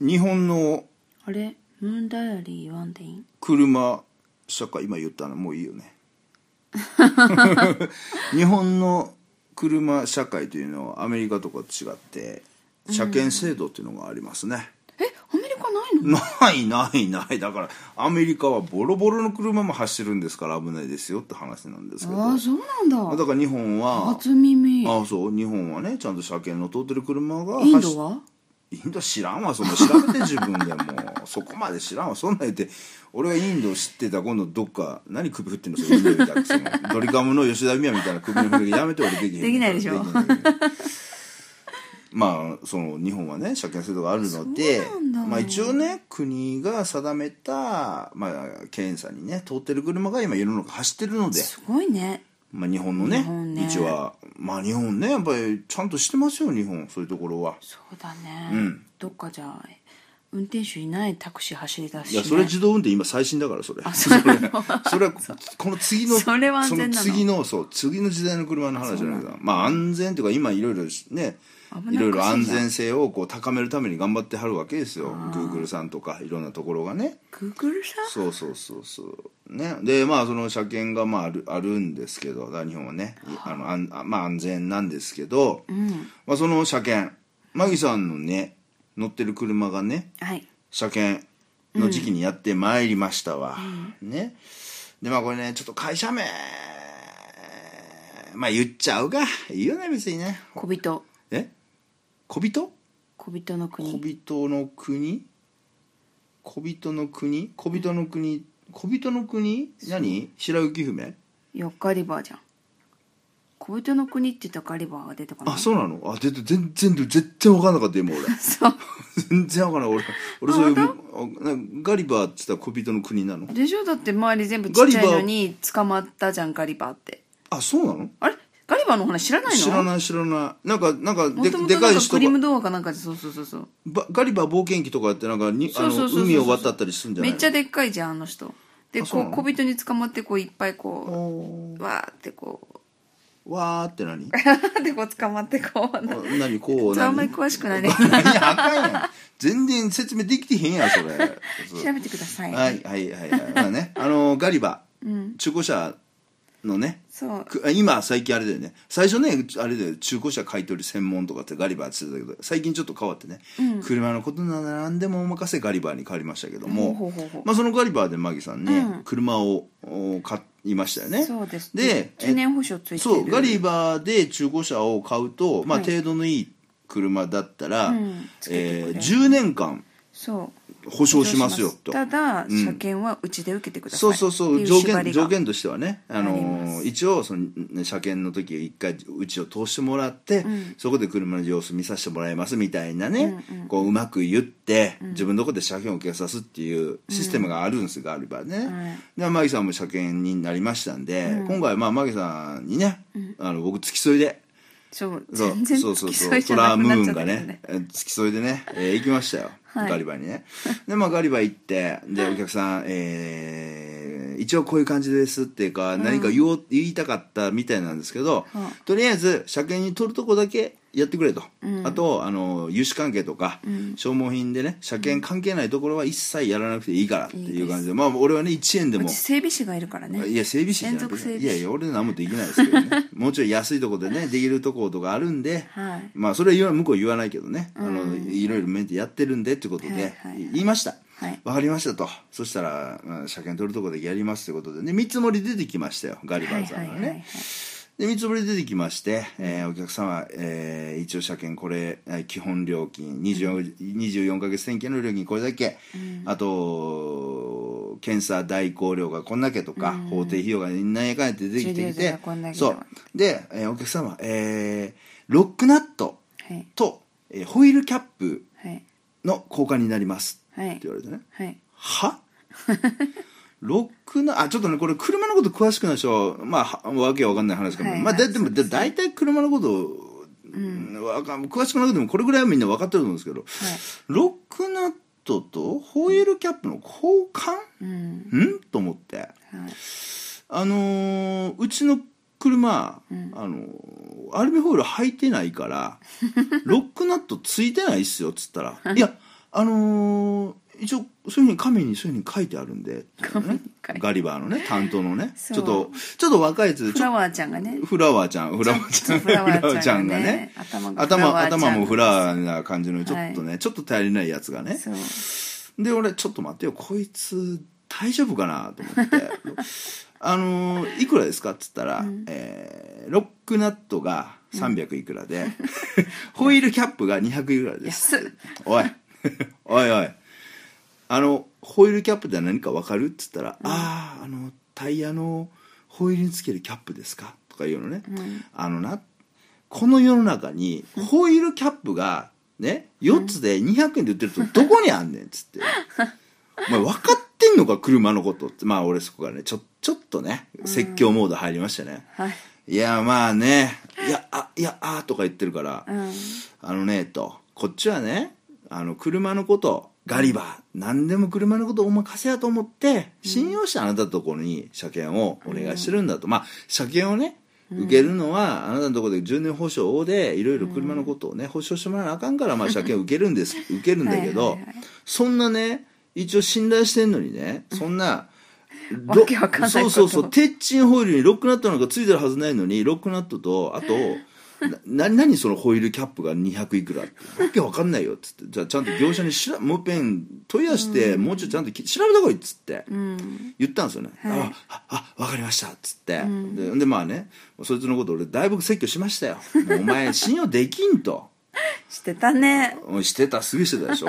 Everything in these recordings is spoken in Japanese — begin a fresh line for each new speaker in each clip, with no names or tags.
日本の
あれムーンダイアリー言わんでいいん
車社会今言ったのもういいよ ね日本の車社会というのはアメリカとかと違って車検制度っていうのがありますね、
えアメリカないの
ないないないだからアメリカはボロボロの車も走るんですから危ないですよって話なんですけど
ああそうなんだ
だから日本は
初耳イン
あそう日本はねちゃんと車検の通ってる車が走
ドは
インド知らんわその調べて自分でも そこまで知らんわそんなん言って俺がインド知ってたら今度どっか何首振ってんのそれインドみたいなそのドリカムの吉田美和みたいな首の振りやめて俺できへん
できないでしょ
きないできないまあその日本はね車検制度があるので
そうなんだ
まあ、一応ね国が定めた、まあ、検査にね通ってる車が今世の中走ってるのです
ごいね
まあ、日本のね
日本ね
一応はまあ日本ねやっぱりちゃんとしてますよ日本そういうところは
そうだね、
うん
どっかじゃあ運転手いないタクシー走り出すし、
い
ね、
やそれ自動運転今最新だからそれそれそれ はこの次の
それは安全なの
その次のそう次の時代の車の話じゃないからまあ安全というか今いろいろね
危ない
いろいろ安全性をこう高めるために頑張ってはるわけですよグーグルさんとかいろんなところがね
グーグルさん
そうそうそうそうねでまあその車検がまああるあるんですけどだから日本はねあのあんあまあ安全なんですけど、
うん
まあ、その車検マギさんのね乗ってる車がね
はい
車検の時期にやってまいりましたわ、ねでまあこれねちょっと会社名まあ言っちゃうかいいよね別にね
小人
え小人
小人の
小
国
人の国小人の国小人の国小人の国何白雪姫
よっガリバーじゃん小人の国って言ったらガリバーが出てこない
あそうなのあでで全然絶対分かんなかった今 俺
そう
全然分かんない俺俺そういうあなガリバーって言ったら小人の国なの
でしょだって周り全部ちっちゃい
ガリバ
の
ー
に捕まったじゃんガリバーって
あそうなの
あれガリバーの話知らないの
知らない知らないなんかなんか
も
で
とも
で
と
か
なん
い
か
人
クリーム
が
童話かなんかでそうそうそうそう
ばガリバー冒険記とかってなんかにあ
そうそ
の
うそうそう
海を渡ったりするんじゃな
め
い
っちゃでっかいじゃんあの人で
あそう
こ
な
う
の
小人に捕まってこういっぱいこ
おー
うわーってこう
わーって何
でこう 捕まってこう
あ何 こう
そう
何
あんまり詳しくないね
何あかんやん全然説明できてへんやんそれそう
調べてください、
はいはいはいはいまあねあのガリバー、
うん
中古車のね
そう
くあ今最近あれだよね最初ねあれだよ中古車買い取り専門とかってガリバーって言ってたけど最近ちょっと変わってね、車のことなら何でもお任せガリバーに変わりましたけども、
ほうほうほうほう
まあ、そのガリバーでマギさんね、
うん
車をお買いましたよね
そうです
で
10年保証ついてる
そうガリバーで中古車を買うと、まあ、
はい
程度のいい車だったら、
うんつけて
え
くれ
ー10
る
年間
そう
保証しますよと
ただ
ん
車検はうちで受けてください、
そうそうそう
ってい
条
縛
件
りが
条件としてはねあ
ありま
の
す
一応そのね車検の時一回うちを通してもらって、
ん
そこで車の様子見させてもらいますみたいなね、うこううまく言って、自分のとこで車検を受けさすっていうシステムがあるんですが、あればね、でマギさんも車検になりましたんで、今回まあマギさんにね、あの僕付き添いで。
そう
そう
全然
そう
付
そう
き
そ
添いうじ
ト
ゃ
ラ
なく
ム
なっ
ー
ちゃ
ン
った
が
けど
ねえー付き添いでね、えー行きましたよ、
はい
ガリバーにねでまあガリバー行ってでお客さん、えー一応こういう感じですっていうか、何か言おう言いたかったみたいなんですけど、
うん
とりあえず車検に取るとこだけやってくれと、あとあの融資関係とか、消耗品でね車検関係ないところは一切やらなくていいからっていう感じでまあ俺はね1円で
う
も
ち整備士がいるからね
いや整備士じゃな
連続
く
整
て
備士
いやいや俺なんもできないですけど ねもうちょい安いとこでねできるとことかあるんで、
はい
まあそれは言わ向こう言わないけどね、あのいろいろメンテやってるんでってことで、
はいはいはい
言いました
はい
わかりましたとそしたら、うん車検取るとこでやりますってことでね見積もり出てきましたよガリバ
はい
ーさ
は
ん
い
が
はい
ね、
はい
で見積もり出てきまして、えーお客様、えー一応車検これえー基本料金 24, 24ヶ月点検の料金これだけ、あと検査代行料がこんだけとか、法定費用が何やかんやって出てきて
重
き
量税
て
がこんだけと
そうで、えーお客様、えーロックナット
はい
と、えーホイールキャップ
はい
の交換になります、
はい
って言われてね
はい
はロックなあちょっとねこれ車のこと詳しくないでしょまあはわけわかんない話かも、
はい
まあ
はい
だでもだ大体車のこと、うん、わかん詳しくなくてもこれぐらいはみんな分かってると思うんですけど、ロックナットとホイールキャップの交換
うん
んと思って
はい
あのーうちの車、あのー アルミホイール履いてないからロックナットついてないっすよっつったら「いやあのー一応そういうふうに紙にそういうふうに書いてあるんで、ね
書いて、
ガリバーのね担当のね
そう
ちょっとちょっと若いやつで
フ
ち
ラ
ょ
ワーちゃんがね
フラワーちゃんフラワーちゃん
フラワーちゃんが
フラワーちゃんが
ね頭がフラ
頭
ワーちゃん
頭もフラワーな感じのちょっとね、ちょっと頼りないやつがね
そう
で俺ちょっと待ってよこいつ大丈夫かなと思って 「あのーいくらですか?」っつったら、えーロックナットが300いくらで、 ホイールキャップが200いくらです
安っ
おい おいおいあのホイールキャップって何か分かるっつったら「あああのタイヤのホイールにつけるキャップですか?」とか言うのね、あのなこの世の中にホイールキャップがね4つで200円で売ってるとどこにあんねんっつって「お前分かってんのか車のこと」ってまあ俺そこからねちょちょっとね説教モード入りましたね、
はい
いやまあねいやあいやあーとか言ってるから、
うん
あのねとこっちはねあの車のことガリバー何でも車のことお任せやと思って信用してあなたのところに車検をお願いしてるんだと、まあ車検をね受けるのはあなたのところで10年保証でいろいろ車のことをね保証してもらわなあかんからまあ車検を受けるんです 受けるんだけ
は
ど
いはいはい
そんなね一応信頼してんのにねそんな。
わけわかんないこと
そうそうそう鉄チンホイールにロックナットなんかついてるはずないのにロックナットとあとなな何そのホイールキャップが200いくらってわけわかんないよっつってじゃあちゃんと業者にしらもういっぺん問い合わせてもうちょいちゃんとき調べたこいっつって
うん
言ったんですよね、
はい
あああわかりましたっつって、ででまあねそいつのこと俺だいぶ説教しましたよもうお前信用できんと。
してたね
うんしてたすぐしてたでしょ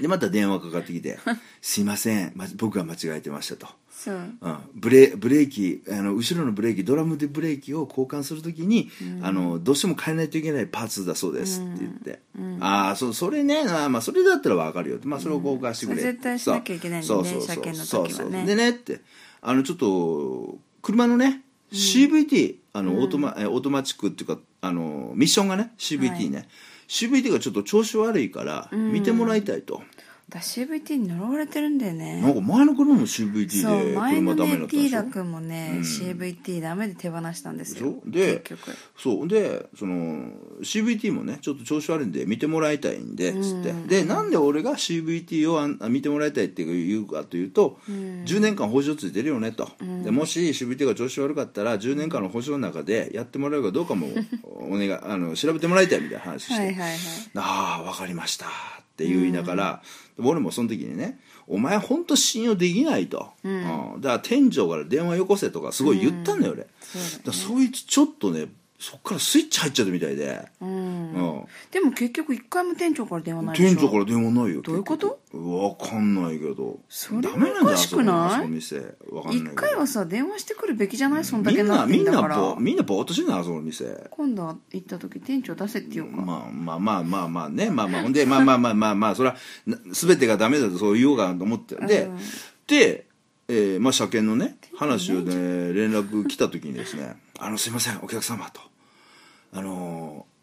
でまた電話かかってきて「すいません、ま、僕が間違えてました」と。
そう
うん、ブレブレーキあの後ろのブレーキドラムでブレーキを交換するときに、あのどうしても変えないといけないパーツだそうですって言って、ああそそれねあー、まあ、それだったら分かるよって、まあ、それを交換してくれ、
うんそれ絶対しなきゃいけないんだ
そ
よ
う
ね
そうそう
車検の時
そ
は
う
ね
そうでねってあのちょっと車のね CVT、あのオートマえオートマチックっていうかあのミッションがね CVT ね、CVT がちょっと調子悪いから見てもらいたいと、
私 CVT に呪われてるんだよ
な
ね
んか前の車も CVT
そう
で
前
車
の
ダメだ
ね
ったで
ティー
しょ
ラ君もね、CVT ダメで手放したんですよ
でしょで
結局
そうでその CVT もねちょっと調子悪いんで見てもらいたいんでつって、でなんで俺が CVT をあんあ見てもらいたいっていうかというと、10年間保証ついてるよねと、でもし CVT が調子悪かったら10年間の保証の中でやってもらえるかどうかもお願いあの調べてもらいたいみたいな話して、
はいはいはい
ああ分かりましたって言いながら、でも俺もその時にねお前本当信用できないと、うんだから店長から電話よこせとかすごい言ったんだよ俺、
そうだ
だからそいつちょっとねそっからスイッチ入っちゃったみたいで、
うん
うん
でも結局一回も店長から電話ないでしょ
店長から電話ないよ
どういうこと
分かんないけど
それ
ダメなんじゃ
おかしくない
あそこの店わかんない
一
けど
回はさ電話してくるべきじゃないそんだ
み
け
ん
な
な
って
み
ん
ん
だ
な
から
ぼみんなぼーっとしてんなあそこの店
今度行った時店長出せって言おうか、
まあまあまあまあまあねまあまあほんでまあまあまあまあまあそれはな全てがダメだとそう言おうかなと思ってで、
うん
で、えーまあ、車検のね話をね連絡来た時にですね「あのすいませんお客様」と「あのー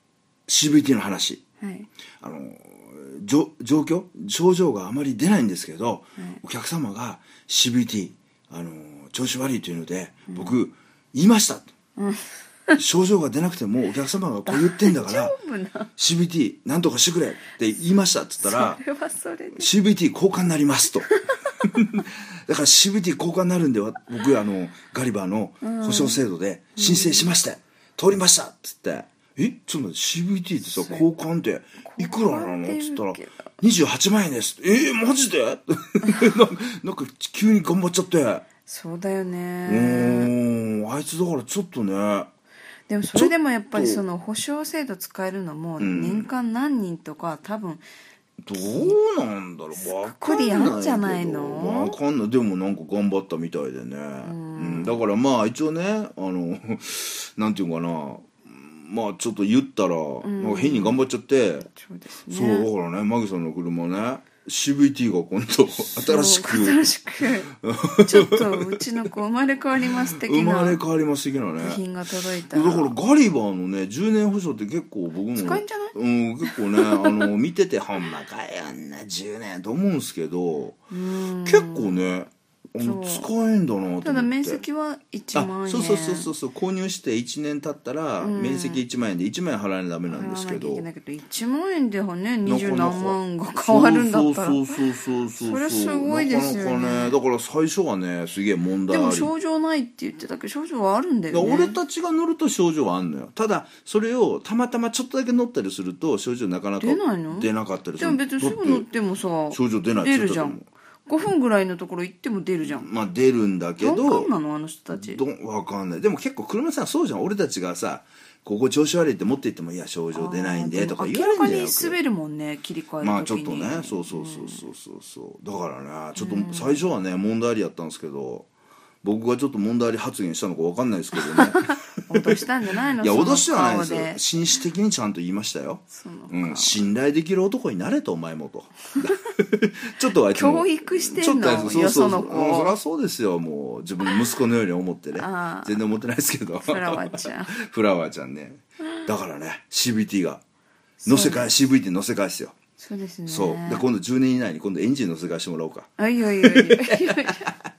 CVT の話
はい
あのじょ状況症状があまり出ないんですけど、お客様が CVT あの調子悪いというので、僕言いましたと、症状が出なくてもお客様がこう言ってんだから
夫な
CVT なんとかしてくれって言いましたっつったら
それはそれで
CVT 交換になりますと だから CVT 交換になるんでは僕あのガリバーの保証制度で申請しまして、通りましたっつって「えちょっと待って CVT ってさ交換っていくらなの?」っつったら
交換って言うけど
「28万円です」えー、マジでなんか なんか急に頑張っちゃって
そうだよ
うー
ね
んあいつだからちょっとね
でもそれでもやっぱりその保証制度使えるのも年間何人とか多分
どうなんだろうわかんないけ
くくり
ど
あんじゃないの
わかんないでもなんか頑張ったみたいでね、うんだからまあ一応ねあの なんていうかなまあちょっと言ったら、なんか変に頑張っちゃって、
そうです
そう
ね
だからねマギさんの車ね CVT が今度新し
そう新
く
し くちょっとうちの子生まれ変わります的
生ま
な
れ変わります的なね
部品が届いた
だからガリバーのね10年保証って結構僕も
使えんじゃない
うん、結 構ねあの見ててほんまかよあんな10年と思うんすけど結構ねあの使えんだなと思って
ただ面積は1万円
あそうそうそうそうそう購入して1年経ったら
ん
面積1万円で1万円払わないとダメなんですけ
払わなきゃ
ど
いけないけど1万円ではね二十
なかなか
何万が変わるんだったら
そうそうそうそうう
それすごいです
な
よね
かなかねだから最初はねすげえ問
で
題あ
も
り
症状ないって言ってたけど症状はあるんだよね
俺たちが乗ると症状はあんのよただそれをたまたまちょっとだけ乗ったりすると症状なかなか
出ないの
出なかったりす
で
る
も別にすぐ乗ってもさ
症状出ない
出
って言っ
る
て
じ
た
ゃ
と思うん
5分ぐらいのところ行っても出るじゃん
まあ出るんだけど
鈍感なのあの人たち
どわかんないでも結構車さんそうじゃん俺たちがさここ調子悪いって持って行ってもいや症状出ないんでとか言われるん
明ら
だ
か
よ
に滑るもんね切り替える時に
まあちょっとねそうそうそうそうそうそうだからねちょっと最初はね問題ありやったんですけど僕がちょっと問題あり発言したのかわかんないですけどね
脅したんじゃないの
いや
その
脅してはないですよ
顔で
紳士的にちゃんと言いましたよ
その
うん、信頼できる男になれとお前もと ちょっとあいつも
教育してんの
ちょっとあいつそうそう
よその
そう
子
うんそりゃそうですよもう自分の息子のように思ってね
あー
全然思ってないですけど
フラワーちゃ ん
フラワーちゃんねだからね CVT が乗せ替え CVT 乗せ替えですよ
そうですね
そうで今度10年以内に今度エンジン乗せ替えしてもらおうか
あいやいやいやいや